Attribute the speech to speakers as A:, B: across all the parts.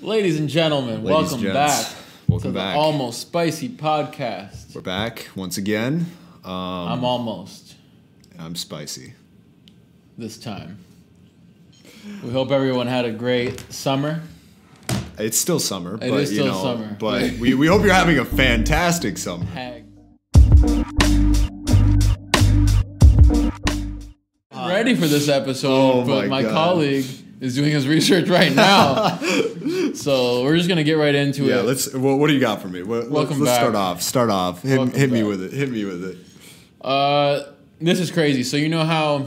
A: Ladies and gentlemen,
B: Ladies
A: welcome
B: and gents,
A: back
B: welcome
A: to
B: back.
A: the Almost Spicy podcast.
B: We're back once again. Um,
A: I'm almost
B: I'm spicy.
A: this time. We hope everyone had a great summer.
B: It's still summer, but
A: is
B: you
A: still
B: know,
A: summer.
B: but we, we hope you're having a fantastic summer.
A: Hag. I'm ready for this episode,
B: Uh, Oh
A: but my
B: my God.
A: colleague is doing his research right now. so we're just gonna get right into
B: Yeah,
A: it.
B: let's. Well, what do you got for me? What,
A: Welcome
B: let's, let's
A: back.
B: start off. Start off. Hit,
A: Welcome
B: hit me
A: back.
B: with it. Hit me with it.
A: Uh, this is crazy. So you know how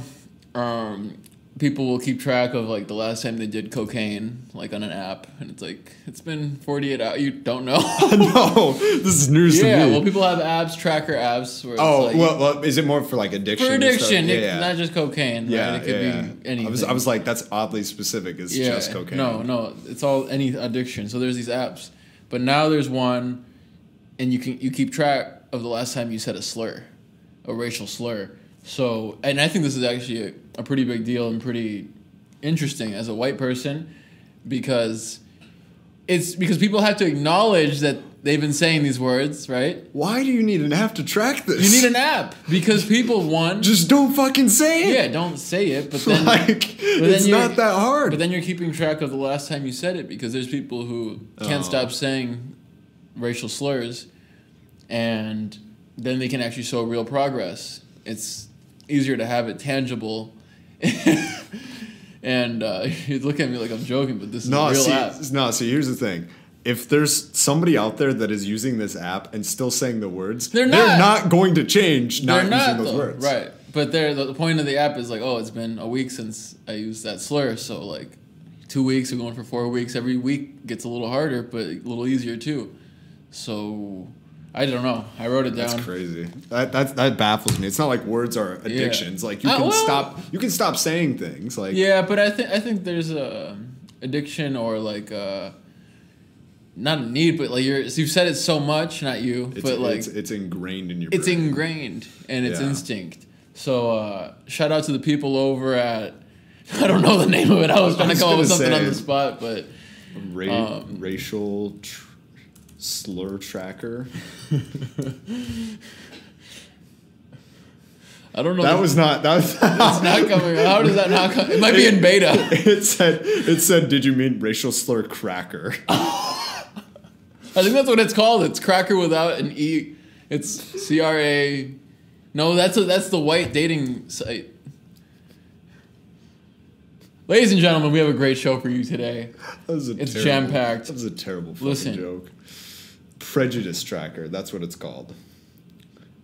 A: um, people will keep track of like the last time they did cocaine, like on an app, and it's like it's been forty eight hours. You don't know.
B: no, this is news
A: yeah.
B: to me.
A: Well, people have apps, tracker apps. Where it's
B: oh,
A: like,
B: well, well, is it more for like addiction?
A: for
B: and stuff?
A: addiction,
B: Yeah,
A: it-
B: yeah.
A: not just cocaine.
B: yeah,
A: right? it could
B: yeah,
A: be
B: yeah.
A: anything.
B: I was, I was like, that's oddly specific. It's just cocaine.
A: No, no, it's all any addiction. So there's these apps, but now there's one, and you can you keep track of the last time you said a slur, a racial slur. So, and I think this is actually a, a pretty big deal and pretty interesting as a white person, because it's because people have to acknowledge that they've been saying these words, right?
B: Why do you need an app to track this?
A: You need an app because people want.
B: Just don't fucking say it.
A: Yeah, don't say it, but then
B: like
A: then
B: it's
A: you're-
B: not that hard.
A: But then you're keeping track of the last time you said it because there's people who can't
B: Oh.
A: stop saying racial slurs, and then they can actually show real progress. It's easier to have it tangible. and uh, you look at me like I'm joking, but this is
B: no,
A: a real
B: see,
A: app.
B: no. See, here's the thing. If there's somebody out there that is using this app and still saying the words,
A: They're
B: they're
A: not.
B: not going to change not,
A: They're not
B: using those
A: though,
B: words.
A: right? But they're, the the point of the app is like, oh, it's been a week since I used that slur, so like, two weeks. We're going for four weeks. Every week gets a little harder, but a little easier too. So I don't know. I wrote it down.
B: That's crazy. That, that that baffles me. It's not like words are addictions. Like you
A: Uh,
B: can
A: well-
B: stop you can stop saying things. Like
A: Yeah, but I think I think there's a um, addiction or like a, not a need, but like you're you've said it so much, not you,
B: it's,
A: but like
B: it's, it's ingrained in your
A: it's
B: brain.
A: ingrained and it's
B: Yeah.
A: instinct. So uh, shout out to the people over at I don't know the name of it. I was trying
B: I
A: to
B: was
A: come up with
B: gonna
A: something on
B: say-
A: the spot, but
B: Ra-
A: um,
B: racial tr- slur tracker.
A: I don't know.
B: That was not that was
A: it's not coming. How does that not come? It might be in beta.
B: it said it said did you mean racial slur cracker?
A: I think that's what it's called. It's cracker without an e. It's C R A. No, that's a, that's the white dating site. Ladies and gentlemen, we have a great show for you today.
B: That was a
A: It's
B: terrible-
A: jam-packed.
B: That was a terrible fucking
A: Listen.
B: joke. Prejudice tracker. That's what it's called.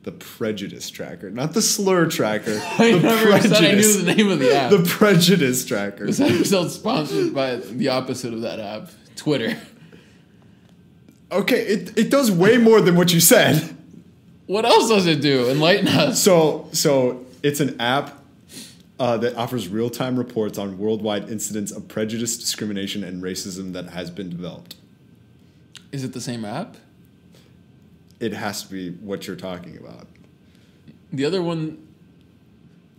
B: The prejudice tracker, not the slur tracker.
A: I
B: the
A: never said I knew the name of the app.
B: the prejudice tracker.
A: This episode's sponsored by the opposite of that app, Twitter.
B: Okay, it, it does way more than what you said.
A: What else does it do? Enlighten us.
B: So so it's an app uh, that offers real time reports on worldwide incidents of prejudice, discrimination, and racism that has been developed.
A: Is it the same app?
B: It has to be what you're talking about.
A: The other one,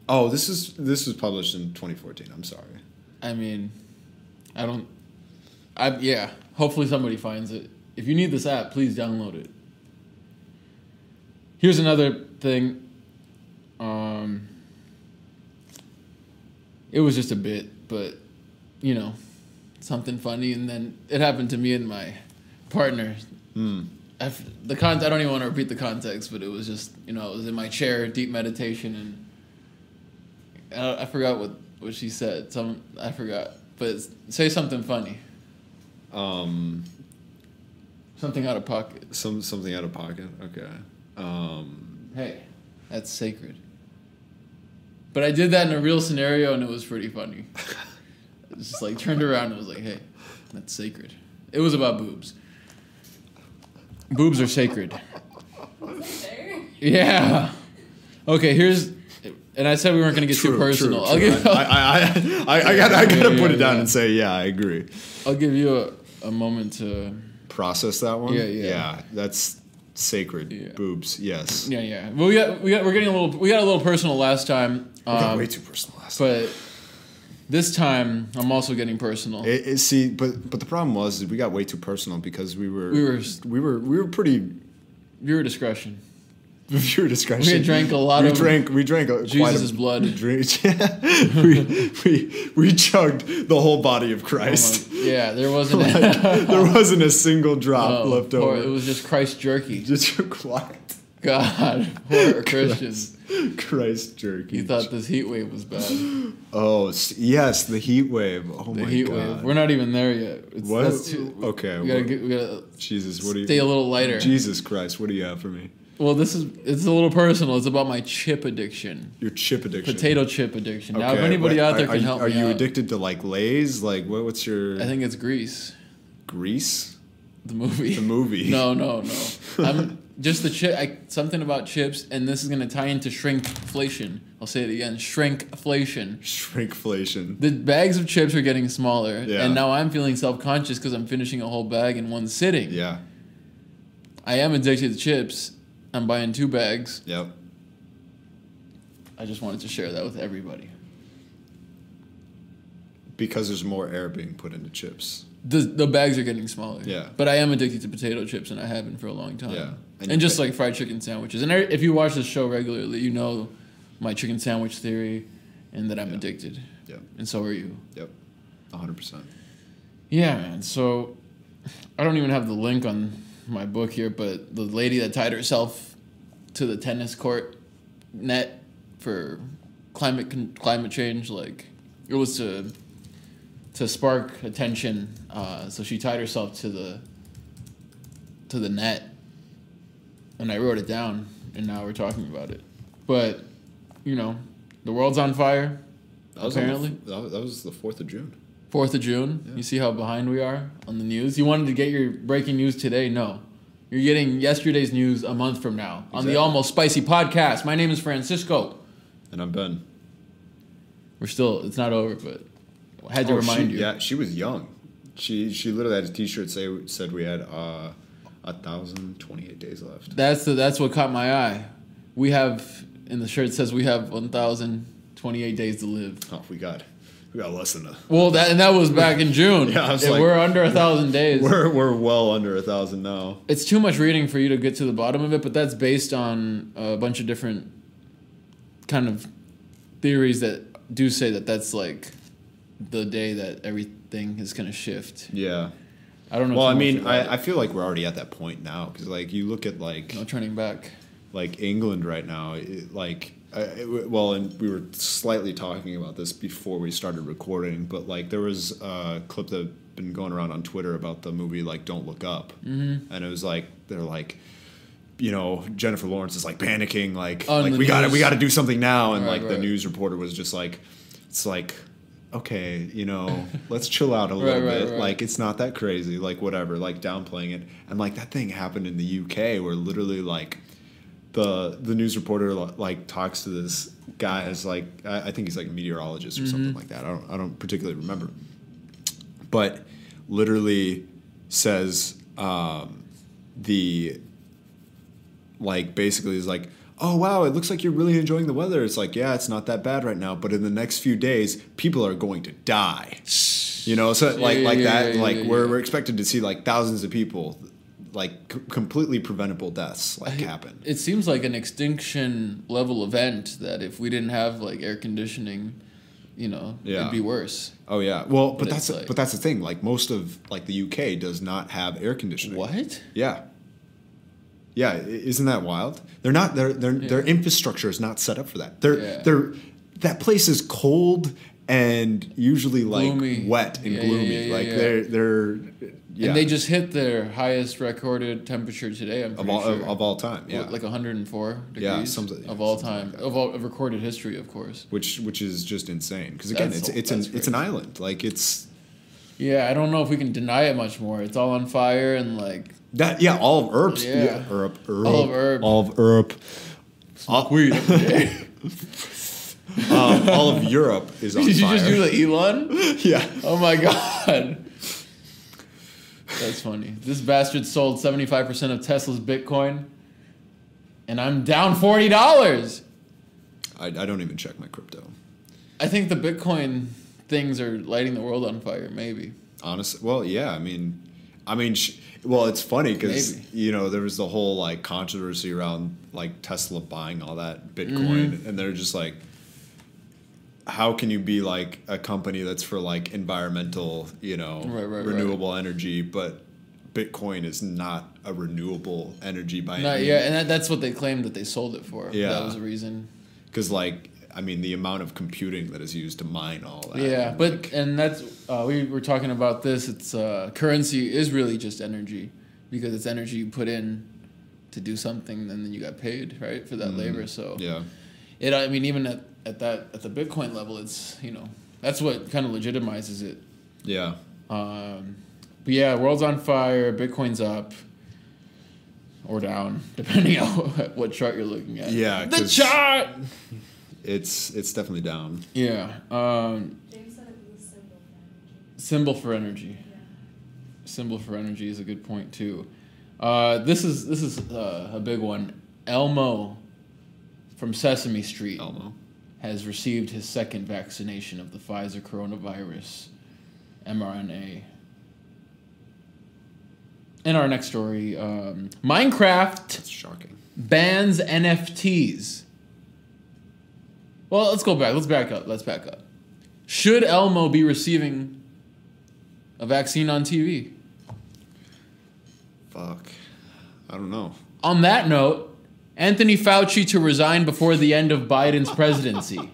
B: Oh, this is this was published in 2014. I'm sorry.
A: I mean, I don't. I yeah. Hopefully somebody finds it. If you need this app, please download it. Here's another thing. Um, it was just a bit, but you know, something funny, and then it happened to me and my partner. I f the con- I don't even want to repeat the context, but it was just you know I was in my chair, deep meditation, and I, I forgot what what she said. Some I forgot, but s- say something funny,
B: Um,
A: something out of pocket.
B: some something out of pocket. Okay. Um,
A: Hey, that's sacred. But I did that in a real scenario, and it was pretty funny. I was just like turned around and was like, "Hey, that's sacred." It was about boobs. Boobs are sacred. Yeah. Okay, here's, and I said we weren't gonna get too personal. I'll give
B: I, I, I, I, I gotta, I gotta
A: Yeah,
B: put it
A: yeah,
B: down
A: yeah.
B: and say, yeah, I agree.
A: I'll give you a, a moment to.
B: Process that one.
A: Yeah, yeah.
B: that's sacred.
A: Yeah.
B: Boobs. Yes.
A: Yeah, yeah. Well, we got we got we're getting a little we got a little personal last time.
B: I got
A: Um,
B: way too personal last.
A: but This time, I'm also getting personal.
B: It, it, see, but but the problem was is we got way too personal because we were
A: We were-
B: we were we were pretty
A: Viewer discretion.
B: viewer discretion.
A: We drank a lot
B: we
A: of
B: drank we drank a,
A: Jesus'
B: quite a,
A: blood.
B: We, drank, we, we we chugged the whole body of
A: Oh
B: Christ.
A: my- yeah, there wasn't.
B: like, there wasn't a single drop
A: Oh,
B: left
A: poor-
B: over.
A: It was just Christ jerky.
B: just quiet.
A: God, poor Christians.
B: Christ jerky.
A: You thought this heat wave was bad.
B: oh s- yes, the heat wave. Oh
A: The
B: my
A: heat
B: god.
A: wave. We're not even there yet. It's,
B: What?
A: that's too-
B: Okay,
A: We gotta,
B: well-
A: get, we gotta
B: Jesus, what do you?
A: stay a little lighter.
B: Jesus Christ, what do you have for me?
A: Well, this is it's a little personal. It's about my chip addiction,
B: Your chip addiction.
A: potato chip addiction. now, if
B: Okay,
A: anybody
B: what-
A: out there can
B: are, are, you-
A: help
B: Are
A: me
B: you
A: out,
B: addicted to like Lay's? Like what, what's your
A: I think it's grease.
B: grease?
A: The movie.
B: The movie.
A: No, no, no. I'm just the chip. I, something about chips, and this is gonna tie into shrinkflation. I'll say it again: shrinkflation.
B: Shrinkflation.
A: The bags of chips are getting smaller,
B: Yeah.
A: and now I'm feeling self conscious because I'm finishing a whole bag in one sitting.
B: Yeah.
A: I am addicted to chips. I'm buying two bags.
B: Yep.
A: I just wanted to share that with everybody.
B: Because there's more air being put into chips.
A: The, the bags are getting smaller.
B: Yeah.
A: But I am addicted to potato chips, and I have been for a long time.
B: Yeah.
A: And,
B: And
A: just
B: you-
A: like fried chicken sandwiches. And I, if you watch this show regularly, you know my chicken sandwich theory and that I'm addicted.
B: Yep.
A: And so are you.
B: Yep. 100%.
A: Yeah, man. So I don't even have the link on my book here, but the lady that tied herself to the tennis court net for climate con- climate change, like it was to to spark attention. Uh, so she tied herself to the to the net, and I wrote it down, and now we're talking about it. But you know, the world's on fire.
B: That was
A: Apparently.
B: on the, that was- that was the 4th of June.
A: Fourth of June. You see how behind we are on the news. You wanted to get your breaking news today. No, you're getting yesterday's news a month from now on the
B: Exactly.
A: Almost Spicy podcast. My name is Francisco.
B: And I'm Ben.
A: We're still. It's not over, but I had to
B: Oh,
A: remind
B: she,
A: you.
B: Yeah, she was young. She she literally had a T-shirt say said we had uh, a thousand twenty eight days left.
A: That's the, that's what caught my eye. We have in the shirt says we have 1,028 days to live.
B: Oh, we got we got less than a.
A: Well, that and that was back in June.
B: Yeah, I was
A: If
B: like-
A: we're under a thousand days.
B: We're we're well under a thousand now.
A: it's too much reading for you to get to the bottom of it, but that's based on a bunch of different kind of theories that do say that that's like the day that everything is going to shift.
B: Yeah.
A: I don't know.
B: Well,
A: too
B: I
A: much
B: mean,
A: about
B: I, I
A: it.
B: feel like we're already at that point now because like you look at like
A: no turning back.
B: like England right now, it, like I, it- well, and we were slightly talking about this before we started recording, but like there was a clip that had been going around on Twitter about the movie like Don't Look Up, mm-hmm. and it was like they're like. You know, Jennifer Lawrence is like panicking, like
A: On
B: like
A: the
B: we got to
A: news.
B: we got to do something now, and
A: Right,
B: like the
A: right.
B: news reporter was just like, it's like, okay, you know, let's chill out a
A: Right,
B: little
A: right,
B: bit,
A: right.
B: like like it's not that crazy like whatever like downplaying it and like that thing happened in the UK where literally like the the news reporter li- like talks to this guy as like I, I think he's like a meteorologist or
A: Mm-hmm.
B: something like that I don't I don't particularly remember but literally says um, the like basically is like oh wow it looks like you're really enjoying the weather it's like yeah it's not that bad right now but in the next few days people are going to die you know so like
A: yeah,
B: like
A: yeah,
B: that
A: yeah, yeah,
B: like
A: yeah,
B: we're,
A: yeah.
B: we're expected to see like thousands of people like c- completely preventable deaths like happen
A: It seems like an extinction level event that if we didn't have like air conditioning, you know,
B: Yeah.
A: it'd be worse.
B: oh yeah well
A: But
B: but,
A: it's
B: that's
A: like-
B: but that's the thing like most of like the uk does not have air conditioning
A: What?
B: Yeah. Yeah, i- isn't that wild? They're not their their their
A: Yeah.
B: infrastructure is not set up for that. They're
A: Yeah.
B: they're that place is cold and usually like
A: Gloomy.
B: wet and
A: Yeah, yeah,
B: gloomy.
A: yeah, yeah,
B: like
A: yeah.
B: they're they're yeah.
A: And they just hit their highest recorded temperature today. I'm
B: of
A: pretty
B: all
A: sure.
B: of, of all time. Yeah.
A: like 104 degrees
B: Yeah, something- yeah,
A: of all
B: something
A: time
B: like that.
A: of all of recorded history of course
B: which which is just insane because again
A: That's-
B: it's it's
A: that's
B: an it's an
A: crazy.
B: island like it's
A: yeah i don't know if we can deny it much more it's all on fire and like
B: that yeah all of Europe's
A: Yeah.
B: Europe, Europe
A: All of Europe.
B: all of Europe all, um, all of Europe is on
A: did you
B: fire
A: just do the elon
B: yeah
A: oh my god that's funny this bastard sold 75% of tesla's bitcoin and i'm down $40
B: I, I don't even check my crypto
A: i think the bitcoin things are lighting the world on fire. Maybe.
B: Honestly, well, yeah. I mean, I mean, sh- well, it's funny because
A: Maybe.
B: you know there was the whole like controversy around like Tesla buying all that Bitcoin,
A: Mm-hmm.
B: and they're just like, how can you be like a company that's for like environmental, you know,
A: Right, right, right.
B: renewable energy, but Bitcoin is not a renewable energy by
A: Not
B: any
A: yeah, and that, that's what they claimed that they sold it for.
B: Yeah.
A: That was the reason.
B: because like I mean the amount of computing that is used to mine all that.
A: Yeah,
B: and,
A: but
B: like,
A: and that's uh, we were talking about this. It's uh, currency is really just energy because it's energy you put in to do something, and then you got paid right for that labor. So
B: Mm-hmm. yeah,
A: it. I mean, even at, at that at the Bitcoin level, it's you know that's what kind of legitimizes it.
B: yeah,
A: Um, but yeah, world's on fire. Bitcoin's up or down, depending on what chart you're looking at.
B: Yeah,
A: the
B: 'cause-
A: chart.
B: it's it's definitely down.
A: Yeah. Um,
C: James said it was a
A: symbol
C: symbol for
A: for energy.
C: energy. Yeah.
A: Symbol for energy is a good point too. Uh, this is this is uh, a big one. Elmo from Sesame Street
B: Elmo.
A: has received his second vaccination of the Pfizer coronavirus mRNA. In our next story, um, Minecraft
B: That's shocking.
A: bans NFTs. Well, let's go back. Let's back up. Let's back up. Should Elmo be receiving a vaccine on TV?
B: Fuck. I don't know.
A: On that note, Anthony Fauci to resign before the end of Biden's presidency.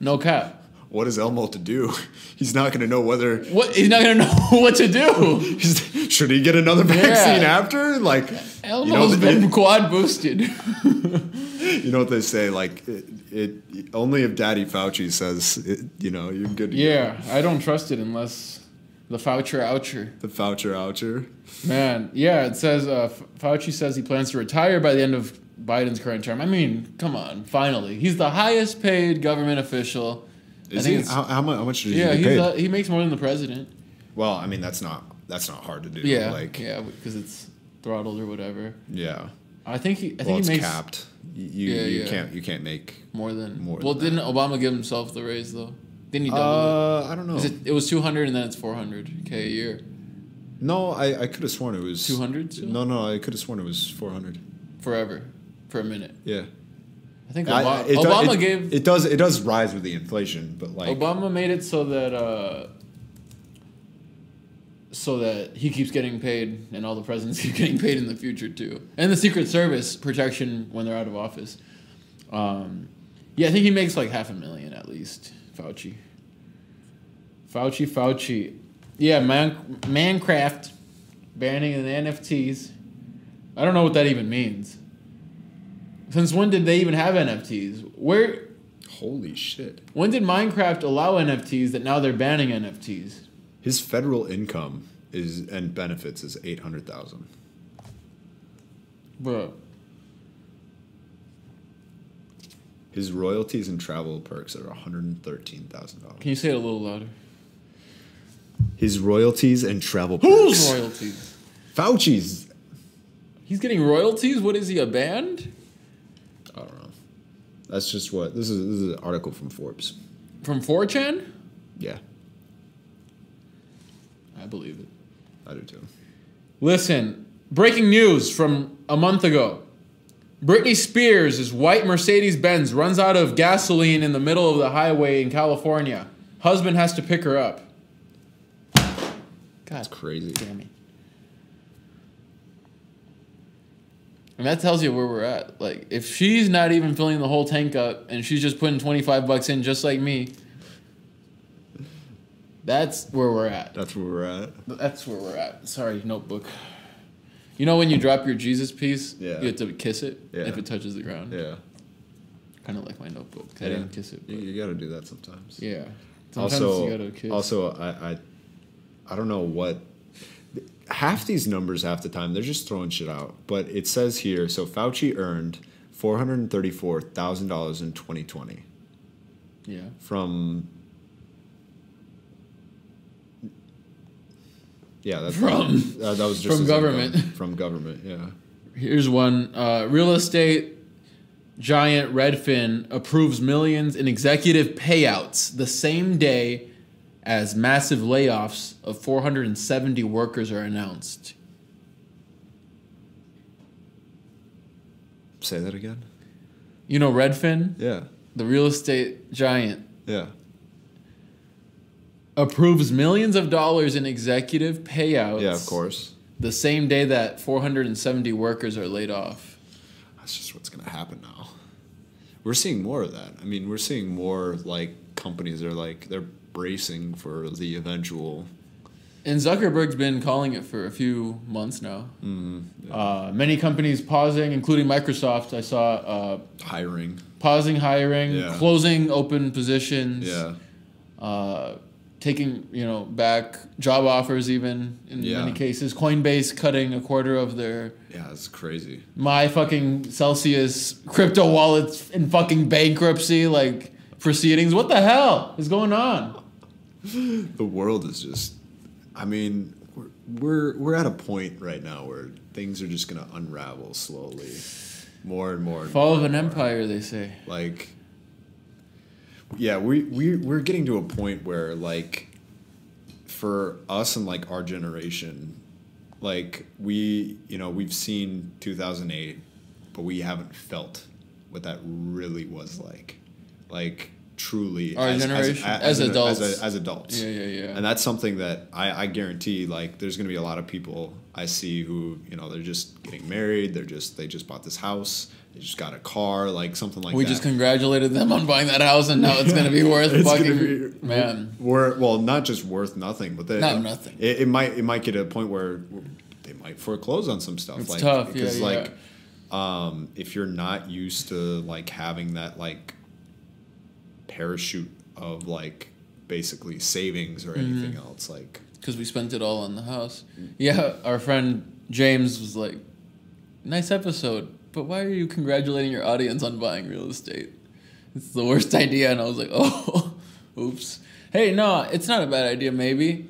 A: No cap.
B: What is Elmo to do? He's not going to know whether
A: What he's not gonna know what to do.
B: he's- should he get another vaccine
A: Yeah.
B: after. Like
A: Elmo's
B: you know, what
A: been
B: they-
A: quad boosted.
B: you know what they say? Like it, it only if Daddy Fauci says it, you know you're good. to go.
A: yeah, I don't trust it unless the Faucher oucher.
B: The Faucher oucher.
A: Man, yeah, it says uh, F- Fauci says he plans to retire by the end of Biden's current term. I mean, come on, finally, he's the highest paid government official. I
B: Is
A: think
B: he?
A: it's-
B: How, how much? How much does
A: yeah,
B: he
A: he's
B: get paid?
A: uh, he makes more than the president.
B: well, I mean that's not that's not hard to do.
A: Yeah,
B: Like yeah.
A: yeah, because it's throttled or whatever. I think he, I think
B: Well,
A: he
B: it's
A: makes
B: capped. You you,
A: Yeah,
B: you
A: yeah.
B: can't you can't make.
A: more than.
B: More
A: well,
B: than
A: didn't Obama give himself the raise though? Didn't he double it?
B: Uh, I don't know.
A: 'Cause it? It was two hundred and then it's four hundred k a year.
B: no, I, I could have sworn it was
A: Two hundred still
B: No, no, I could have sworn it was four hundred.
A: forever for a minute.
B: Yeah.
A: I think
B: I-
A: Obama,
B: it do-
A: Obama
B: it-
A: gave
B: it does it does rise with the inflation, but like
A: Obama made it so that uh, so that he keeps getting paid, and all the presidents keep getting paid in the future too, and the Secret Service protection when they're out of office. Um, yeah, I think he makes like half a million at least. Fauci. Fauci, Fauci. Yeah, man, Minecraft banning the NFTs. I don't know what that even means. Since when did they even have NFTs? Where
B: holy shit,
A: when did Minecraft allow NFTs that now they're banning NFTs?
B: his federal income is and benefits is eight hundred thousand.
A: Bro.
B: His royalties and travel perks are one hundred and thirteen thousand dollars.
A: Can you say it a little louder?
B: His royalties and travel perks.
A: Who's royalties?
B: Fauci's.
A: He's getting royalties? What is he, a band?
B: I don't know. That's just what this is. This is an article from Forbes.
A: From 4chan?
B: Yeah,
A: I believe it.
B: I do too.
A: Listen, breaking news from a month ago. Britney Spears' white Mercedes Benz runs out of gasoline in the middle of the highway in California. Husband has to pick her up. God
B: That's crazy.
A: Damn it. And that tells you where we're at. Like, if she's not even filling the whole tank up and she's just putting 25 bucks in just like me, that's where we're at.
B: That's where we're at.
A: That's where we're at. Sorry, notebook. You know when you drop your Jesus piece,
B: Yeah.
A: you have to kiss it
B: Yeah.
A: if it touches the ground?
B: Yeah,
A: Kind of like my notebook. 'cause I
B: Yeah.
A: didn't kiss it.
B: you,
A: But
B: you got to do that sometimes.
A: yeah. Sometimes
B: also,
A: you gotta kiss.
B: also, I, I, I don't know what. Half these numbers, half the time, they're just throwing shit out. But it says here, so Fauci earned four hundred thirty-four thousand dollars in twenty twenty
A: yeah.
B: from. Yeah, that's
A: From-
B: uh, that was just
A: from
B: his income.
A: government.
B: From government, yeah.
A: Here's one. Uh, real estate giant Redfin approves millions in executive payouts the same day as massive layoffs of 470 workers are announced.
B: Say that again.
A: You know Redfin,
B: Yeah.
A: the real estate giant,
B: Yeah.
A: approves millions of dollars in executive payouts
B: Yeah, of course.
A: the same day that 470 workers are laid off.
B: That's just what's gonna happen now. We're seeing more of that. I mean, we're seeing more like companies are like they're bracing for the eventual.
A: And Zuckerberg's been calling it for a few months now.
B: Mm-hmm.
A: Uh, many companies pausing, including Microsoft. I saw uh,
B: hiring.
A: pausing hiring,
B: Yeah.
A: closing open positions,
B: Yeah.
A: uh, taking you know back job offers even in
B: Yeah.
A: many cases. Coinbase cutting a quarter of their
B: Yeah, it's crazy.
A: my fucking Celsius crypto wallets in fucking bankruptcy like proceedings. What the hell is going on?
B: The world is just. I mean, we're we're, we're at a point right now where things are just gonna unravel slowly, more and more. And
A: Fall
B: more
A: of
B: and
A: an
B: more.
A: empire, they say.
B: like yeah we, we we're getting to a point where like for us and like our generation like we you know we've seen 2008 but we haven't felt what that really was like like truly
A: Our generation? As
B: an-
A: adults.
B: as, a, as adults
A: Yeah, yeah, yeah.
B: and that's something that I, I guarantee like there's going to be a lot of people i see who you know they're just getting married they're just they just bought this house they just got a car like something like
A: we
B: that
A: just congratulated them on buying that house, and now it's gonna be worth
B: It's gonna
A: fucking
B: be-
A: man.
B: Wor- well not just worth nothing but they,
A: Not nothing.
B: it, it might it might get to a point where they might foreclose on some stuff
A: It's
B: like
A: tough, yeah,
B: because
A: yeah.
B: like um if you're not used to like having that like parachute of like basically savings
A: Mm-hmm.
B: or anything else like
A: because we spent it all on the house. Yeah, our friend James was like, "Nice episode, but why are you congratulating your audience on buying real estate? It's the worst idea." And I was like, "Oh, oops. Hey, no, it's not a bad idea. Maybe,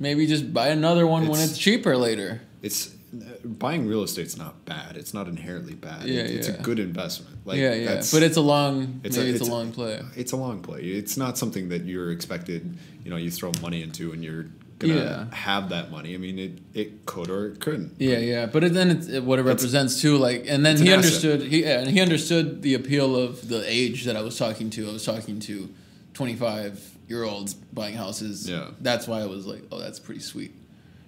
A: maybe just buy another one when
B: It's-
A: it's cheaper later."
B: it's uh, buying real estate's not bad. It's not inherently bad.
A: Yeah,
B: It- it's
A: yeah.
B: a good investment. Like
A: yeah, yeah,
B: that's-
A: but it's a long.
B: it's a-
A: maybe it's,
B: it's
A: a
B: a-
A: long play.
B: it's a long play. It's not something that you're expected, you know, you throw money into and you're going to
A: Yeah.
B: have that money. I mean, it it could or it couldn't.
A: Yeah, yeah, but it, then it's it, what it represents too. Like, and then
B: It's an
A: he
B: asset.
A: understood. He yeah, and he understood the appeal of the age that I was talking to. I was talking to twenty five year olds buying houses.
B: Yeah.
A: that's why I was like, oh, that's pretty sweet.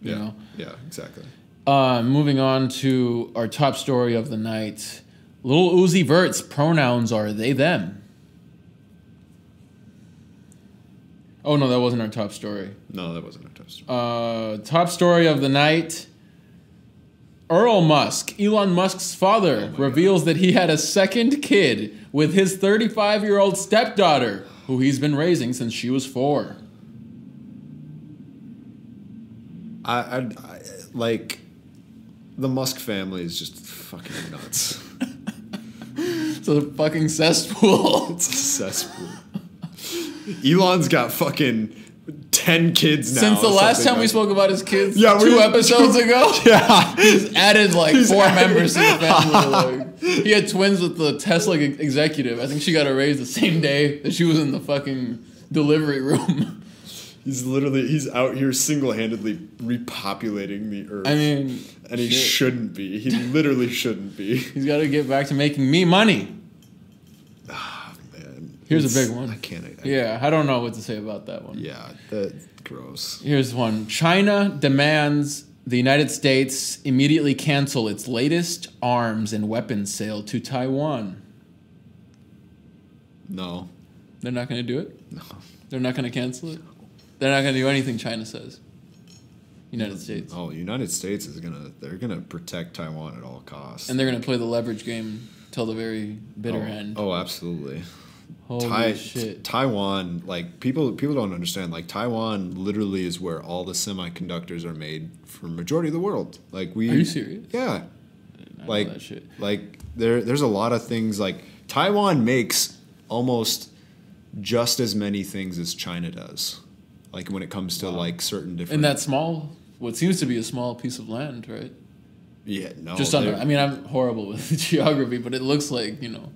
A: You
B: yeah.
A: know.
B: Yeah, exactly.
A: Uh, moving on to our top story of the night. Little Uzi Vert's pronouns are they them. Oh no, that wasn't our top story.
B: No, that wasn't a test.
A: Uh, top story of the night. Earl Musk, Elon Musk's father,
B: Oh my
A: reveals that he had a second kid with his 35 year old stepdaughter, who he's been raising since she was four.
B: I, I, I like the Musk family is just fucking nuts.
A: It's a fucking cesspool.
B: it's a cesspool. Elon's got fucking 10 kids now.
A: Since the
B: or
A: last
B: something
A: time we
B: like-
A: spoke about his kids,
B: Yeah, we
A: two
B: were-
A: episodes ago,
B: Yeah.
A: he's added like four
B: added-
A: members to the family. Like, he had twins with the Tesla ex- executive. I think she got a raise the same day that she was in the fucking delivery room.
B: He's literally he's out here single-handedly repopulating the earth.
A: I mean,
B: and he
A: shit.
B: shouldn't be. He literally shouldn't be.
A: He's got to get back to making me money.
B: Ah, man.
A: Here's a
B: It's-
A: big one.
B: I can't. I, yeah.
A: Yeah, I don't know what to say about that one.
B: Yeah. That's gross.
A: Here's one China demands the United States immediately cancel its latest arms and weapons sale to Taiwan.
B: No.
A: They're not going to do it.
B: No.
A: They're not going to cancel it. They're not going to do anything China says. United States.
B: Oh, United States is gonna. They're gonna protect Taiwan at all costs.
A: And they're going to play the leverage game till the very bitter
B: oh,
A: end.
B: Oh, absolutely.
A: Holy
B: Tai-
A: shit.
B: Taiwan, like people, people don't understand. Like Taiwan, literally is where all the semiconductors are made for majority of the world. Like we.
A: Are you serious?
B: Yeah.
A: I know
B: like
A: that shit.
B: like there there's a lot of things like Taiwan makes almost just as many things as China does. Like when it comes to like certain different
A: And that small, what seems to be a small piece of land, right?
B: Yeah, no.
A: just on
B: they're-
A: the, I mean, I'm horrible with geography, but it looks like, you know,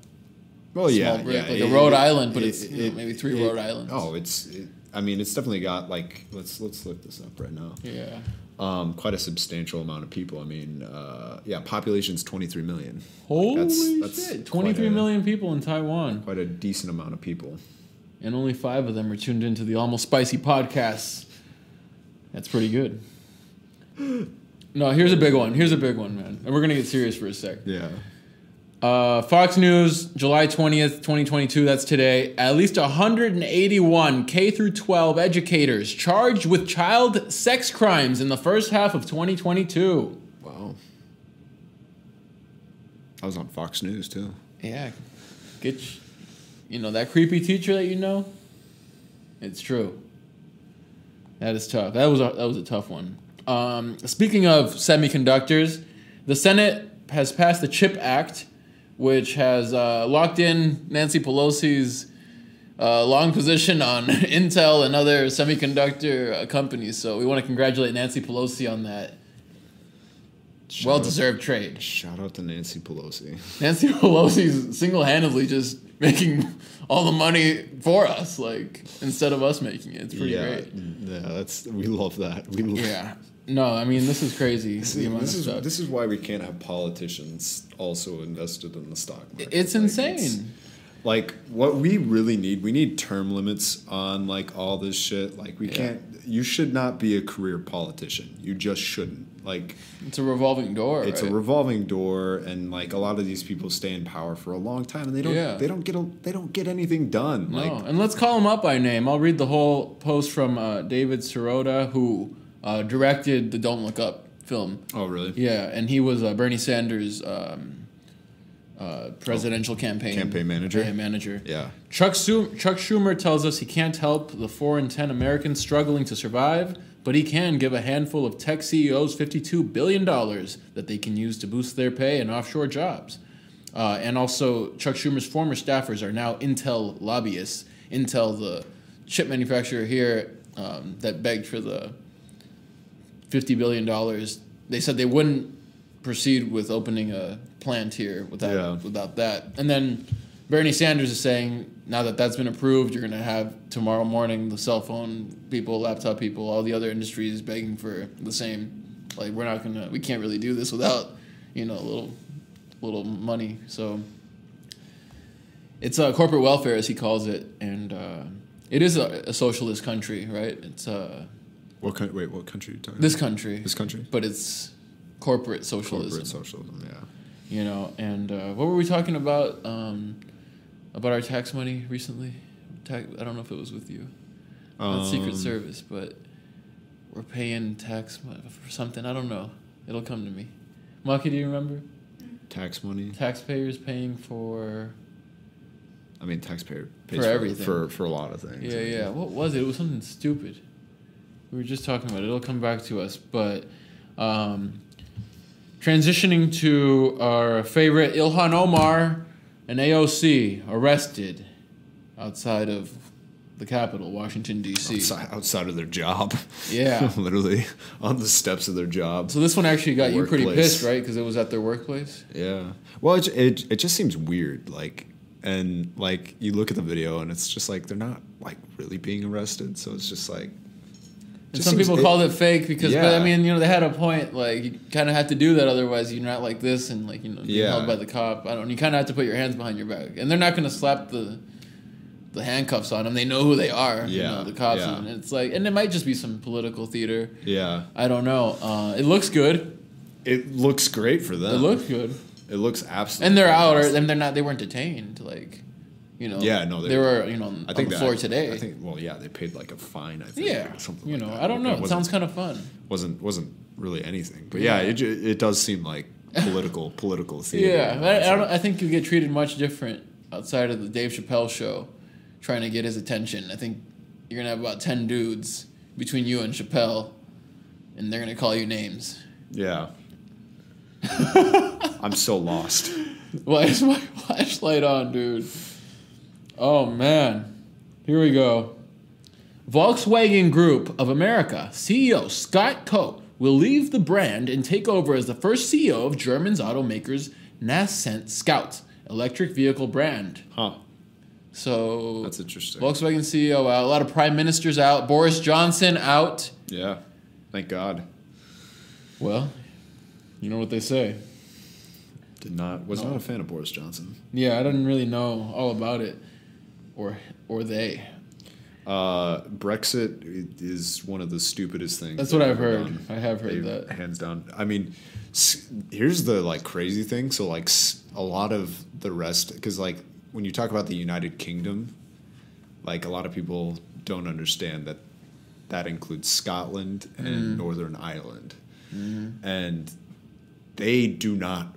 B: Well, yeah,
A: small brick,
B: yeah,
A: like a Rhode Island, but it's, you know, maybe three Rhode Islands.
B: Oh, it's. It, I mean, it's definitely got like let's let's look this up right now.
A: yeah.
B: Um, quite a substantial amount of people. I mean, uh, yeah, population's twenty three million.
A: Holy
B: that's
A: shit.
B: quite
A: 23
B: a-
A: million people in Taiwan,
B: Quite a decent amount of people.
A: and only five of them are tuned into the Almost Spicy podcast. That's pretty good. No, here's a big one. Here's a big one, man. And we're going to get serious for a sec.
B: Yeah.
A: Uh, Fox News, July 20th, 2022, that's today. At least 181 K through 12 educators charged with child sex crimes in the first half of 2022.
B: Wow. I was on Fox News too.
A: Yeah. Get y- you know that creepy teacher that you know? It's true. That is tough. That was a, that was a tough one. Um, speaking of semiconductors, the Senate has passed the CHIP Act, which has uh, locked in Nancy Pelosi's uh, long position on Intel and other semiconductor uh, companies. So we want to congratulate Nancy Pelosi on that
B: Shout
A: well
B: out-
A: deserved trade.
B: Shout out to Nancy Pelosi.
A: Nancy Pelosi's single-handedly just making all the money for us, like instead of us making it. It's pretty
B: yeah,
A: great.
B: yeah, that's we love that. We love
A: Yeah. No, I mean this is crazy.
B: This
A: the
B: is,
A: amount
B: this
A: of
B: is
A: stuff.
B: this is why we can't have politicians also invested in the stock market.
A: it's
B: Like,
A: insane.
B: it's- like what we really need, we need term limits on like all this shit. Like we
A: Yeah.
B: can't. You should not be a career politician. You just shouldn't. Like
A: it's a revolving door.
B: it's a
A: right?
B: revolving door, and like a lot of these people stay in power for a long time, and they don't.
A: Yeah.
B: They don't get. A, they don't get anything done.
A: no.
B: Like
A: and let's call him up by name. I'll read the whole post from uh, David Sirota, who uh, directed the Don't Look Up film.
B: oh really?
A: Yeah, and he was uh, Bernie Sanders' um, uh, presidential campaign
B: Oh, Campaign manager?
A: Yeah, manager.
B: Yeah.
A: Chuck, Schu- Chuck Schumer tells us he can't help the 4 in 10 Americans struggling to survive, but he can give a handful of tech CEOs $52 billion that they can use to boost their pay and offshore jobs. Uh, and also, Chuck Schumer's former staffers are now Intel lobbyists. Intel, the chip manufacturer here um, that begged for the $50 billion, they said they wouldn't proceed with opening a plant here without,
B: Yeah.
A: without that. And then Bernie Sanders is saying now that that's been approved, you're going to have tomorrow morning the cell phone people, laptop people, all the other industries begging for the same. Like we're not gonna, we can't really do this without, you know, a little, little money. So it's uh, corporate welfare as he calls it, and uh, it is a, a socialist country, right? It's uh,
B: What coun- Wait, what country are you talking?
A: this
B: about?
A: country,
B: This country.
A: but it's corporate socialism
B: Corporate socialism. Yeah.
A: you know and uh, what were we talking about um, about our tax money recently tax, i don't know if it was with you not secret
B: Um,
A: service but we're paying tax mo- for something i don't know it'll come to me Maki, do you remember
B: Tax money.
A: taxpayers paying for
B: I mean, taxpayer
A: For
B: pays
A: everything.
B: for for a lot of things.
A: yeah yeah what was it it was something stupid we were just talking about it it'll come back to us but um, transitioning to our favorite ilhan omar an aoc arrested outside of the capitol washington d.c
B: Outside, outside of their job.
A: Yeah.
B: Literally on the steps of their job.
A: so this one actually got you pretty
B: Workplace.
A: pissed right because it was at their workplace
B: Yeah. Well, it, it it just seems weird. Like, and like you look at the video, and it's just like they're not like really being arrested. So it's just like.
A: and
B: just
A: some
B: seems-
A: people called it fake because but i
B: Yeah.
A: mean you know they had a point like you kind of have to do that otherwise you're not like this and like you know being
B: Yeah.
A: held by the cop i don't you kind of have to put your hands behind your back and they're not going to slap the the handcuffs on them they know who they are you
B: Yeah,
A: know, the cops
B: yeah.
A: and it's like and it might just be some political theater
B: Yeah.
A: i don't know uh, it looks good
B: It looks great for them.
A: it looks good
B: It looks absolutely.
A: and they're out or
B: fantastic.
A: and they're not they weren't detained like you know
B: Yeah, no,
A: they,
B: they-
A: were you know on,
B: I think
A: the
B: that-
A: floor today
B: I think. Well, yeah, they paid like a fine. I think.
A: yeah
B: or something.
A: you
B: like
A: know
B: that.
A: i don't
B: Like,
A: know
B: it
A: it
B: wasn't-
A: sounds kind of fun
B: wasn't wasn't really anything. But yeah, it ju- it does seem like political political theater.
A: Yeah, I, I, don't, I think you get treated much different outside of the Dave Chappelle show, trying to get his attention. I think you're gonna have about ten dudes between you and Chappelle, and they're gonna call you names.
B: Yeah. I'm so lost.
A: Why is my flashlight on, dude? Oh man, here we go. Volkswagen Group of America CEO E Scott Coe will leave the brand and take over as the first CEO of German's automaker's nascent Scout electric vehicle brand.
B: Huh.
A: So
B: That's interesting.
A: Volkswagen CEO out, uh, a lot of prime ministers out, Boris Johnson out.
B: yeah. Thank God.
A: Well, you know what they say.
B: Did not was
A: No.
B: not a fan of Boris Johnson.
A: Yeah, I didn't really know all about it, or or they.
B: Uh, Brexit is one of the stupidest things.
A: That's
B: they've
A: what I've
B: ever
A: heard. I have heard that.
B: hands down. I mean, s- here's the like crazy thing. So like s- a lot of the rest, because like when you talk about the United Kingdom, like a lot of people don't understand that that includes Scotland and
A: Mm.
B: Northern Ireland, and they do not.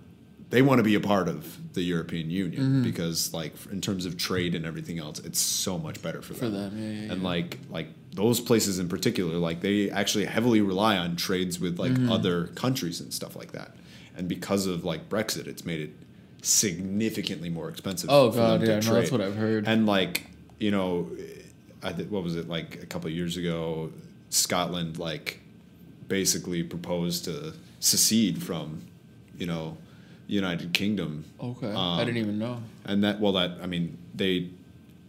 B: They want to be a part of the European Union
A: Mm-hmm.
B: because, like, in terms of trade and everything else, it's so much better for them.
A: them, yeah, yeah, yeah.
B: And like, like those places in particular, like they actually heavily rely on trades with like
A: Mm-hmm.
B: other countries and stuff like that. And because of like Brexit, it's made it significantly more expensive.
A: Oh,
B: for them
A: God,
B: to
A: yeah, no, that's
B: trade.
A: what I've heard.
B: And like, you know, I th- what was it like a couple of years ago? Scotland like basically proposed to secede from, you know, United Kingdom.
A: Okay,
B: Um,
A: I didn't even know.
B: And that well, that I mean, they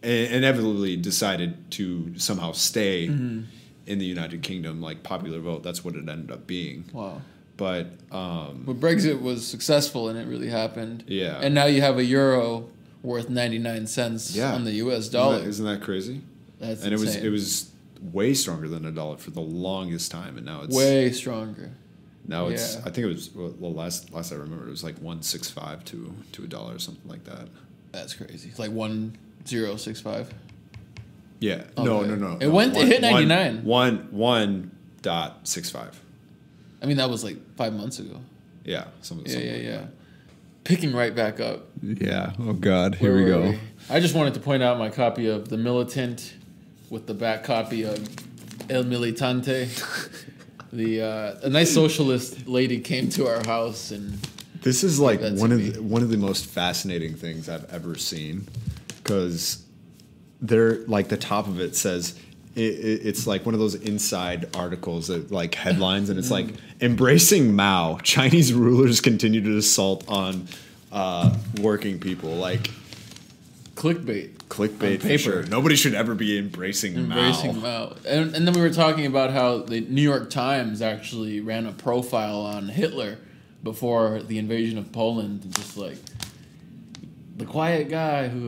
B: i- inevitably decided to somehow stay
A: Mm-hmm.
B: in the United Kingdom, like popular vote. That's what it ended up being.
A: Wow.
B: But um,
A: But Brexit was successful and it really happened.
B: Yeah.
A: And now you have a euro worth 99 cents
B: Yeah.
A: on the US
B: isn't
A: dollar.
B: that- isn't that crazy?
A: That's
B: and it was
A: insane.
B: it was way stronger than a dollar for the longest time, and now it's
A: way stronger.
B: Now it's
A: Yeah.
B: I think it was well the last last I remember it was like one six five to to a dollar or something like that.
A: That's crazy. It's like 1065.
B: Yeah.
A: Oh,
B: no,
A: yeah.
B: no, no.
A: It
B: no,
A: went- it hit
B: one-
A: 99.
B: One one dot six five.
A: I mean, that was like five months ago.
B: Yeah. Something.
A: Yeah,
B: something
A: yeah,
B: like
A: yeah. Picking right back up.
B: that. Yeah. Oh God. Here
A: Where
B: we
A: were
B: go.
A: I just wanted to point out my copy of The Militant with the back copy of El Militante. the uh, a nice socialist lady came to our house and
B: This is like
A: That's
B: one of
A: me.
B: the, one of the most fascinating things I've ever seen, because they're like the top of it says it, it, it's like one of those inside articles that like headlines, and it's
A: Mm.
B: like embracing Mao, Chinese rulers continue to assault on uh, working people, like
A: clickbait.
B: clickbait for
A: paper.
B: sure. Nobody should ever be embracing,
A: Embracing
B: Mao.
A: Mao. And, and then we were talking about how the New York Times actually ran a profile on Hitler before the invasion of Poland, and just like the quiet guy who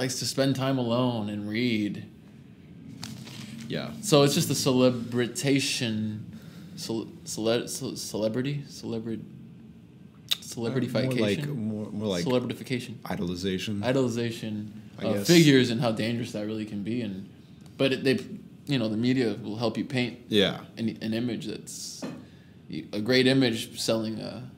A: likes to spend time alone and read.
B: Yeah,
A: So it's just the celebritation, cele, cele, ce- celebrity, celebrity,
B: Uh, more
A: celebrityfication,
B: like more, more like
A: celebritification
B: idolization.
A: idolization
B: I
A: of
B: guess.
A: figures and how dangerous that really can be. And but it, they, you know, the media will help you paint
B: yeah,
A: an, an image that's a great image selling a.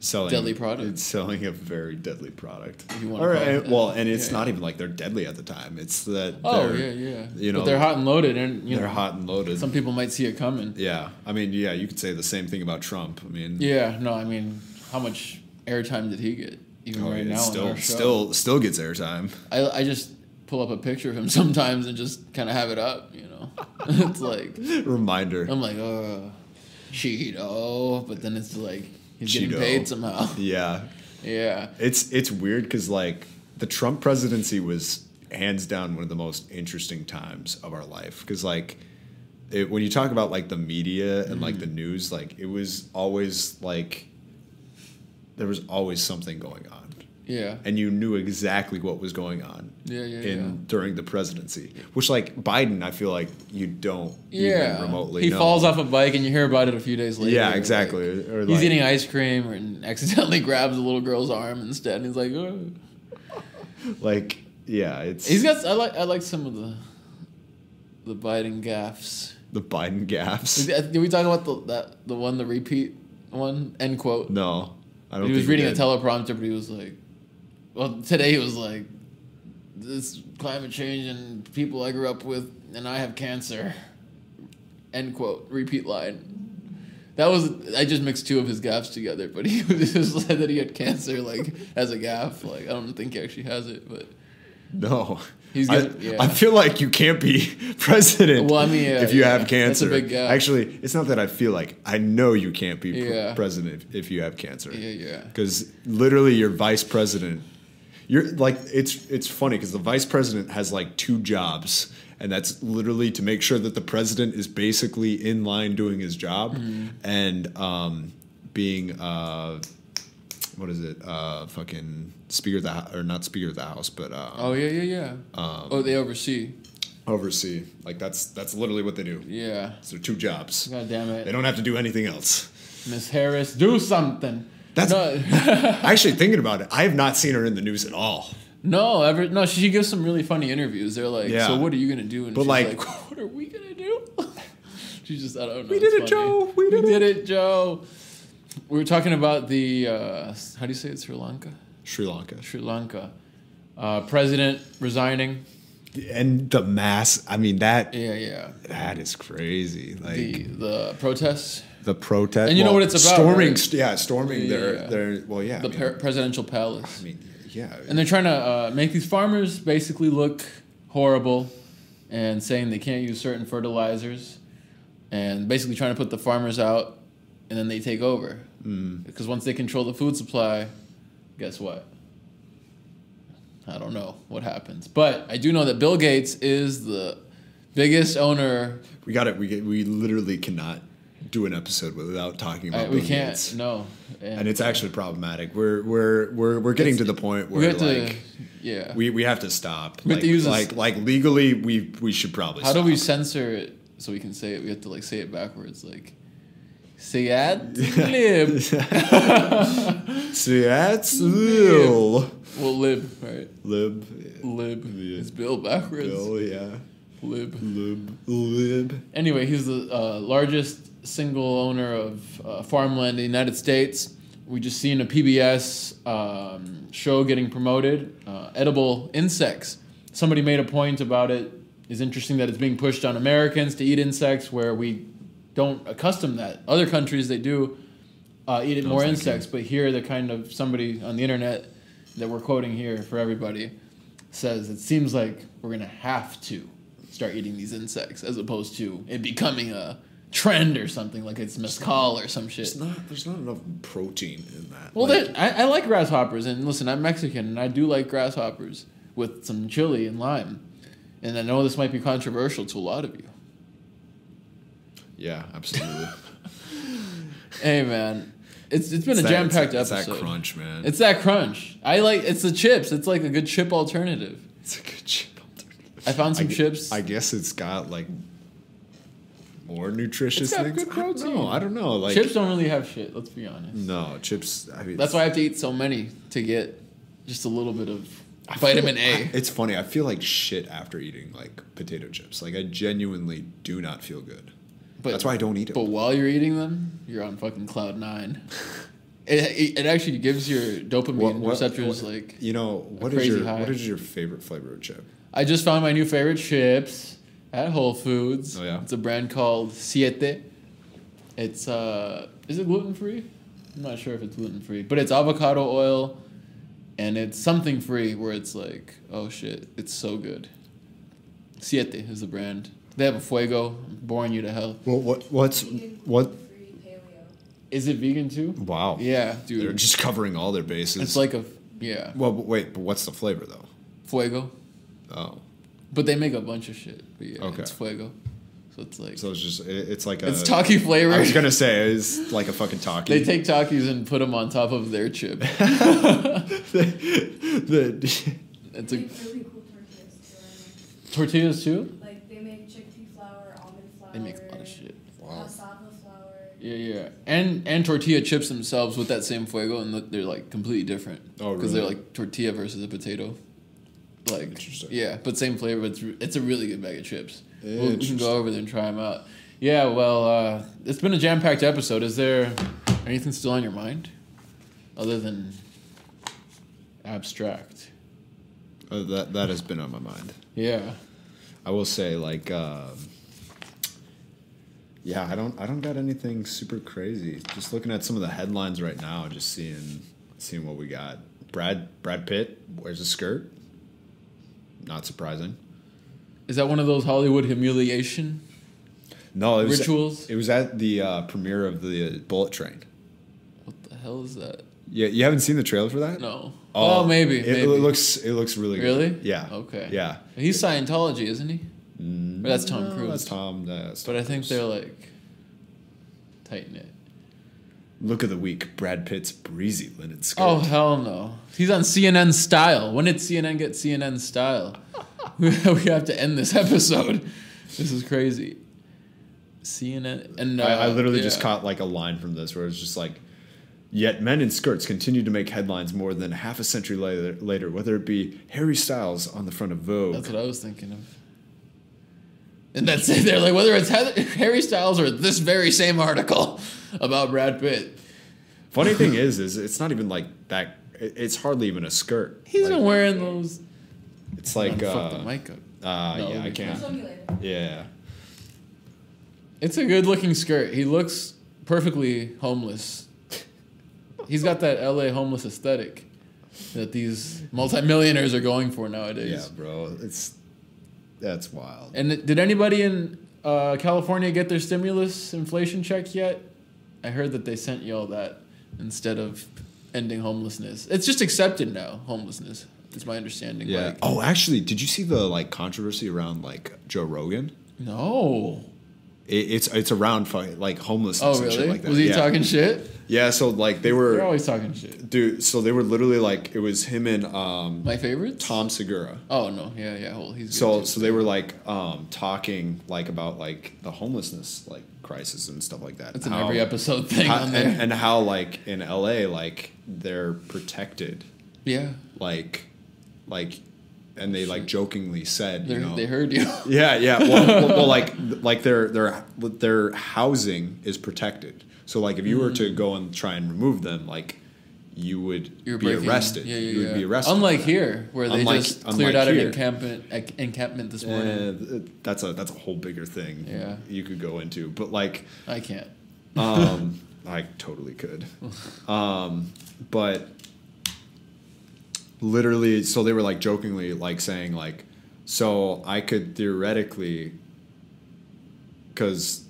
B: selling
A: Deadly product.
B: It's selling a very deadly product.
A: If you wanna
B: All
A: call
B: right.
A: it that.
B: Well, and it's
A: Yeah,
B: not
A: yeah.
B: even like they're deadly at the time. It's that
A: Oh
B: they're,
A: yeah, yeah.
B: you know,
A: but they're hot and loaded, and you
B: they're
A: know,
B: hot and loaded.
A: some people might see it coming.
B: yeah. I mean, yeah, you could say the same thing about Trump. I mean,
A: Yeah, no, I mean, how much airtime did he get? Even
B: oh,
A: right
B: it
A: now, on
B: still
A: our show?
B: still still gets airtime.
A: I, I just pull up a picture of him sometimes and just kind of have it up, you know. it's like
B: Reminder.
A: I'm like, uh, Cheeto, but then it's like he's
B: Cheeto.
A: getting paid somehow.
B: yeah.
A: Yeah.
B: It's it's weird because like the Trump presidency was hands down one of the most interesting times of our life because like it, when you talk about like the media and
A: Mm-hmm.
B: like the news, like it was always like there was always something going on,
A: Yeah.
B: and you knew exactly what was going on.
A: Yeah, yeah,
B: in
A: yeah.
B: during the presidency, which like Biden, I feel like you don't
A: Yeah.
B: even remotely.
A: he
B: know.
A: falls off a bike and you hear about it a few days later.
B: Yeah,
A: like,
B: exactly. Or,
A: he's
B: like-
A: eating ice cream and accidentally grabs a little girl's arm instead and he's like, oh.
B: Like yeah, it's
A: He's got I like I like some of the the Biden gaffes.
B: the Biden gaffes.
A: Did we talk about the that the one the repeat one end quote?
B: No, I don't.
A: he was
B: think
A: reading a
B: did.
A: teleprompter, but he was like, "Well, today he was like, this climate change and people I grew up with, and I have cancer." End quote. Repeat line. That was I just mixed two of his gaffes together, but he just said that he had cancer, like as a gaff. Like I don't think he actually has it, but
B: No.
A: He's
B: I,
A: gonna- yeah.
B: I feel like you can't be president
A: Well, I mean, yeah,
B: if you
A: yeah,
B: have
A: that's a
B: cancer.
A: big gap.
B: Actually, it's not that I feel like I know you can't be pr-
A: Yeah.
B: president if, if you have cancer.
A: Yeah, yeah.
B: Because literally, your vice president, you're like it's it's funny because the vice president has like two jobs, and that's literally to make sure that the president is basically in line doing his job
A: Mm-hmm.
B: and um, being. Uh, what is it? Uh, fucking speaker of the Hou- or not speaker of the house, but uh,
A: Oh yeah, yeah, yeah. oh, they oversee.
B: oversee. Like that's that's literally what they do.
A: Yeah.
B: It's their two jobs.
A: God damn
B: They
A: it,
B: don't have to do anything else.
A: Miss Harris, do something.
B: That's-
A: no,
B: Actually, thinking about it, I have not seen her in the news at all.
A: no, ever no. She gives some really funny interviews. They're like,
B: Yeah.
A: so what are you gonna do? And
B: But
A: she's
B: like-
A: what are we gonna do? She's just, I don't know.
B: We
A: it's
B: did it, Joe. We did it.
A: Joe. We were talking about the uh, how do you say it? Sri Lanka.
B: Sri Lanka.
A: Sri Lanka. Uh, president resigning.
B: And the mass, I mean that
A: Yeah, yeah.
B: that is crazy. Like
A: The the protests,
B: the protest
A: And you know what it's about,
B: Storming
A: right?
B: st- yeah, storming
A: Yeah,
B: their
A: yeah.
B: their well yeah.
A: the
B: I mean,
A: par- presidential
B: I
A: palace,
B: mean, yeah.
A: and they're trying to uh, make these farmers basically look horrible, and saying they can't use certain fertilizers, and basically trying to put the farmers out, and then they take over
B: Hmm.
A: because once they control the food supply, guess what? I don't know what happens, but I do know that Bill Gates is the biggest owner
B: we got it. We get, we literally cannot do an episode without talking
A: I,
B: about
A: Uh, we
B: Bill
A: can't.
B: Gates.
A: No,
B: And it's actually problematic. We're we're we're we're getting
A: It's-
B: to the point
A: we
B: where
A: have
B: like
A: to. Yeah.
B: We, we have to stop.
A: We have
B: like,
A: to use this-
B: like like legally, we we should probably.
A: How do
B: stop.
A: we censor it so we can say it? We have to like say it backwards, like. Say ad lib.
B: Seattle
A: well, lib, right?
B: lib
A: Lib.
B: Yeah.
A: It's Bill backwards.
B: Bill, yeah
A: Lib.
B: lib lib.
A: Anyway, he's the uh, largest single owner of uh, farmland in the United States. We just seen a PBS um, show getting promoted, uh, edible insects. Somebody made a point about it. It's interesting that it's being pushed on Americans to eat insects where we don't accustom that. Other countries they do uh, eat it more
B: thank you.
A: insects, but here they're kind of somebody on the internet that we're quoting here for everybody says it seems like we're gonna have to start eating these insects as opposed to it becoming a trend or something like it's mezcal or some shit.
B: It's not. There's not enough protein in that.
A: Well,
B: Like,
A: that, I, I like grasshoppers, and listen, I'm Mexican, and I do like grasshoppers with some chili and lime. And I know this might be controversial to a lot of you.
B: yeah, absolutely.
A: Hey, man, it's it's been
B: It's
A: a
B: that-
A: jam packed
B: it's
A: episode.
B: that- It's that crunch, man.
A: It's that crunch. I like it's the chips. It's like a good chip alternative.
B: It's a good chip. alternative.
A: I found some
B: gu-
A: chips.
B: I guess it's got like more nutritious
A: It's got
B: things.
A: good
B: I don't
A: protein.
B: know. I don't know. Like
A: chips don't really have shit. Let's be honest.
B: No chips. I mean,
A: That's why I have to eat so many to get just a little bit of vitamin A.
B: It's funny. I feel like shit after eating like potato chips. Like I genuinely do not feel good.
A: But-
B: That's why I don't eat it.
A: But while you're eating them, you're on fucking cloud nine. It, it, it actually gives your dopamine receptors
B: what-
A: like.
B: you know what is
A: crazy
B: your
A: high.
B: what is your favorite flavor of chip?
A: I just found my new favorite chips at Whole Foods.
B: Oh, yeah?
A: It's a brand called Siete. It's uh, is it gluten free? I'm not sure if it's gluten free, but it's avocado oil, and it's something free where it's like, oh shit, it's so good. Siete is the brand. They have a fuego. I'm boring you to hell.
B: Well, what
C: Vegan, gluten-free, paleo.
A: Is it vegan too?
B: Wow.
A: Yeah,
B: They're
A: dude.
B: just covering all their bases.
A: It's like a yeah
B: well, but wait, but what's the flavor though?
A: fuego,
B: Oh,
A: but they make a bunch of shit. But yeah,
B: Okay.
A: it's fuego. So it's like
B: so it's just it, it's like a.
A: it's talkie
B: I
A: flavored.
B: was gonna say it's like a fucking talkie.
A: They take Takis and put them on top of their chip.
B: the,
A: It's
C: They
A: a
C: make really cool tortillas too.
A: tortillas too.
C: I know. Like they make chickpea flour, almond flour.
A: They make a lot of shit.
B: Wow.
C: Cassava flour.
A: Yeah, yeah, and and tortilla chips themselves with that same fuego, and look, they're like completely different.
B: Oh,
A: they're
B: really?
A: like tortilla versus a potato. Like,
B: Interesting.
A: yeah, but same flavor. It's re- it's a really good bag of chips. We'll, we can
B: Interesting.
A: go over there and try them out. Yeah, well, uh, it's been a jam packed episode. Is there anything still on your mind, other than abstract?
B: uh, that that has been on my mind.
A: Yeah,
B: I will say like. um yeah, I don't. I don't got anything super crazy. Just looking at some of the headlines right now, just seeing seeing what we got. Brad Brad Pitt wears a skirt. Not surprising.
A: Is that one of those Hollywood humiliation?
B: No, it was
A: Rituals?
B: It was at the uh, premiere of the Bullet Train.
A: What the hell is that?
B: Yeah, you haven't seen the trailer for that?
A: No. Oh, maybe.
B: It,
A: maybe.
B: it looks it looks really good.
A: Really?
B: Yeah.
A: Okay.
B: Yeah. Mm,
A: He's Scientology, isn't he? Or that's Tom
B: No,
A: Cruise.
B: That's Tom. uh, That's
A: But I think
B: Cruise.
A: they're like tighten it.
B: Look of the week: Brad Pitt's breezy linen skirt.
A: Oh hell no! He's on CNN Style. When did CNN get CNN Style? we have to end this episode. This is crazy. CNN and uh,
B: I, I literally just
A: yeah.
B: caught like a line from this where it's just like, yet men in skirts continue to make headlines more than half a century later, later whether it be Harry Styles on the front of Vogue.
A: That's what I was thinking of. And that's it. They're like whether it's Heather, Harry Styles or this very same article about Brad Pitt.
B: Funny thing is, is it's not even like that. it- It's hardly even a skirt.
A: He's
B: like,
A: been wearing those.
B: It's like
A: Man, fuck
B: uh,
A: the mic up. No,
B: uh, yeah,
A: it'll
B: I
A: be
B: can't.
C: Show me later.
B: Yeah.
A: It's a good looking skirt. He looks perfectly homeless. He's got that LA homeless aesthetic that these multimillionaires are going for
B: Yeah,
A: nowadays.
B: bro. It's that's wild.
A: And did anybody in uh, California get their stimulus inflation check yet? I heard that they sent y'all that instead of ending homelessness. It's just accepted now, homelessness. Is my understanding.
B: Yeah.
A: Like,
B: oh, actually, did you see the like controversy around like Joe Rogan?
A: no.
B: It, it's it's around fu- like homelessness
A: Oh,
B: and shit
A: really?
B: like that.
A: Was he
B: yeah.
A: talking shit?
B: Yeah. So like they
A: They're
B: were
A: always talking shit.
B: dude. So they were literally like it was him and um,
A: My favorites?
B: Tom Segura.
A: Oh, no. Yeah, yeah. Well, he's good
B: So
A: too.
B: so they were like um, talking like about like the homelessness like crisis and stuff like that.
A: That's an
B: and
A: every
B: how-
A: episode thing
B: how-
A: on there.
B: And, and how like in LA like they're protected
A: yeah,
B: like like and they like
A: Shit.
B: jokingly said
A: they
B: you know
A: they heard you.
B: yeah yeah well, well, well, like like their their their housing is protected so like if you were
A: Mm.
B: to go and try and remove them like you would
A: You're
B: be
A: breaking-
B: arrested
A: Yeah, yeah,
B: you would
A: yeah.
B: be arrested
A: Unlike
B: for that.
A: here, where they
B: Unlike-
A: just
B: unlike
A: cleared out
B: here.
A: an encampment ec- encampment this morning.
B: Eh, th- that's a that's a whole bigger thing
A: Yeah.
B: you could go into but like
A: I can't.
B: um i totally could um but literally so they were like jokingly like saying like so i could theoretically because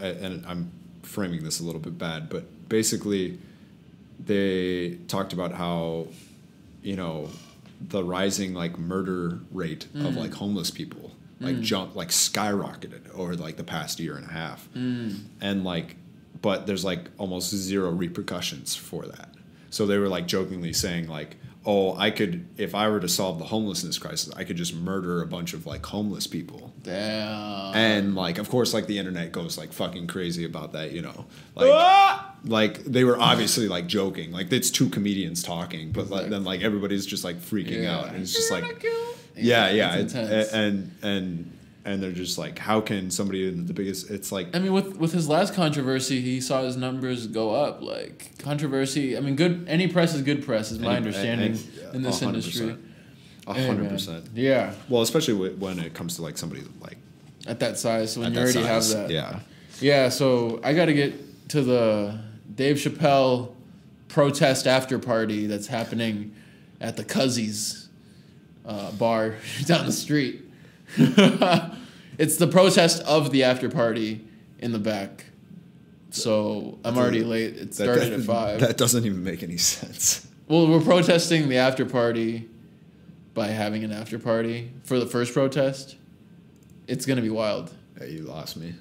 B: and i'm framing this a little bit bad but basically they talked about how you know the rising like murder rate of like homeless people like jump like skyrocketed over like the past year and a half and like but there's like almost zero repercussions for that so they were like jokingly saying like oh i could if i were to solve the homelessness crisis i could just murder a bunch of like homeless people
A: Damn.
B: and like of course like the internet goes like fucking crazy about that you know like like they were obviously like joking like it's two comedians talking but like, then like everybody's just like freaking
A: Yeah.
B: out and it's just like yeah yeah
A: It's
B: and-
A: intense.
B: and and and they're just like how can somebody in the biggest it's like
A: I mean, with with his last controversy, he saw his numbers go up. Like controversy. I mean, good. Any press is good press, is my
B: Any- eh,
A: understanding
B: any-
A: in this
B: 100%.
A: industry.
B: a
A: Hey,
B: hundred
A: man.
B: percent
A: Yeah,
B: well especially whe- when it comes to like somebody like
A: at that size, so when
B: at
A: you
B: that
A: already
B: size.
A: have that.
B: yeah
A: Yeah, so I got to get to the Dave Chappelle protest after party that's happening at the Cuzzies uh, bar down the street. it's the protest of the after party in the back. So I'm already late. It
B: That-
A: started
B: that-
A: at five.
B: that doesn't even make any sense
A: Well, we're protesting the after party by having an after party for the first protest. It's gonna be wild.
B: Yeah, you lost me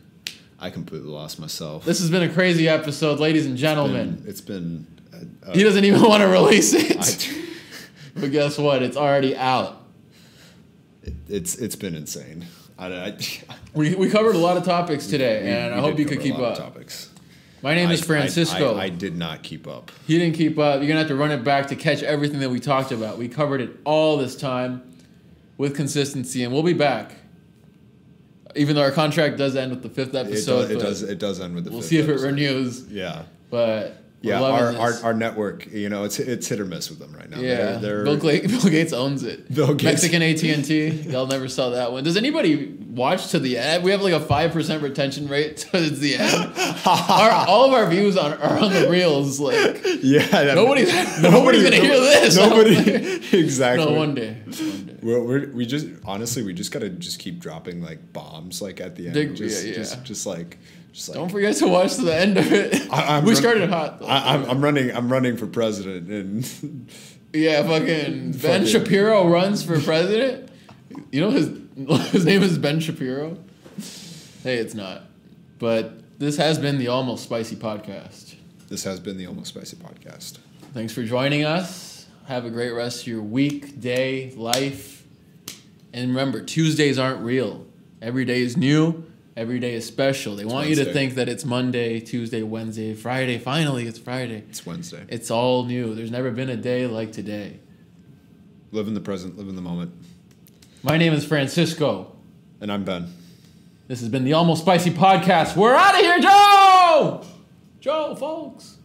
B: i completely lost myself
A: This has been a crazy episode, ladies and gentlemen.
B: been- it's been uh, uh,
A: He doesn't even want to release it.
B: I-
A: but guess what? It's already out.
B: it- it's it's been insane. I, I,
A: We, we covered a lot of topics today,
B: we-
A: and
B: we
A: I hope
B: did
A: you could
B: cover a
A: keep
B: lot of
A: up.
B: Topics.
A: My name is
B: I- I-
A: Francisco.
B: I, I did not keep up.
A: he didn't keep up. You're going to have to run it back to catch everything that we talked about. We covered it all this time with consistency, and we'll be back. Even though our contract does end with the fifth
B: It,
A: episode,
B: does, it
A: but
B: does. It does end with the.
A: we'll
B: fifth
A: see if it
B: episode.
A: renews.
B: Yeah,
A: But
B: yeah,
A: loving
B: our, our
A: this.
B: our network, you know, it's it's hit or miss with them right now.
A: Yeah,
B: they're,
A: Bill,
B: they're
A: Gla- Bill Gates owns it.
B: Bill Gates.
A: Mexican AT and T. Y'all never saw that one. Does anybody watch to the end? We have like a five percent retention rate towards the end. our, all of our views on are on the reels. Like
B: yeah. that-
A: Nobody's- nobody's gonna hear this.
B: Nobody exactly.
A: no one day. One day.
B: We're, we're, we just honestly we just gotta just keep dropping like bombs like at the end.
A: Dig-
B: just,
A: yeah, yeah.
B: just just like just like
A: Don't forget to watch to the end of it.
B: I- I'm
A: we
B: run-
A: started hot. Though.
B: I, I'm, I'm running I'm running for president and
A: yeah, fucking Ben
B: Fucking-
A: Shapiro runs for president. You know his his name is Ben Shapiro. Hey, it's not. But this has been the Almost Spicy podcast.
B: this has been the Almost Spicy podcast.
A: Thanks for joining us. Have a great rest of your week, day, life. And remember, Tuesdays aren't real. Every day is new. Every day is special. They want you to
B: Wednesday.
A: think that it's Monday, Tuesday, Wednesday, Friday. Finally, it's Friday.
B: It's Wednesday.
A: It's all new. There's never been a day like today.
B: Live in the present, live in the moment.
A: My name is Francisco.
B: And I'm Ben.
A: This has been the Almost Spicy Podcast. We're out of here, Joe! Joe, folks.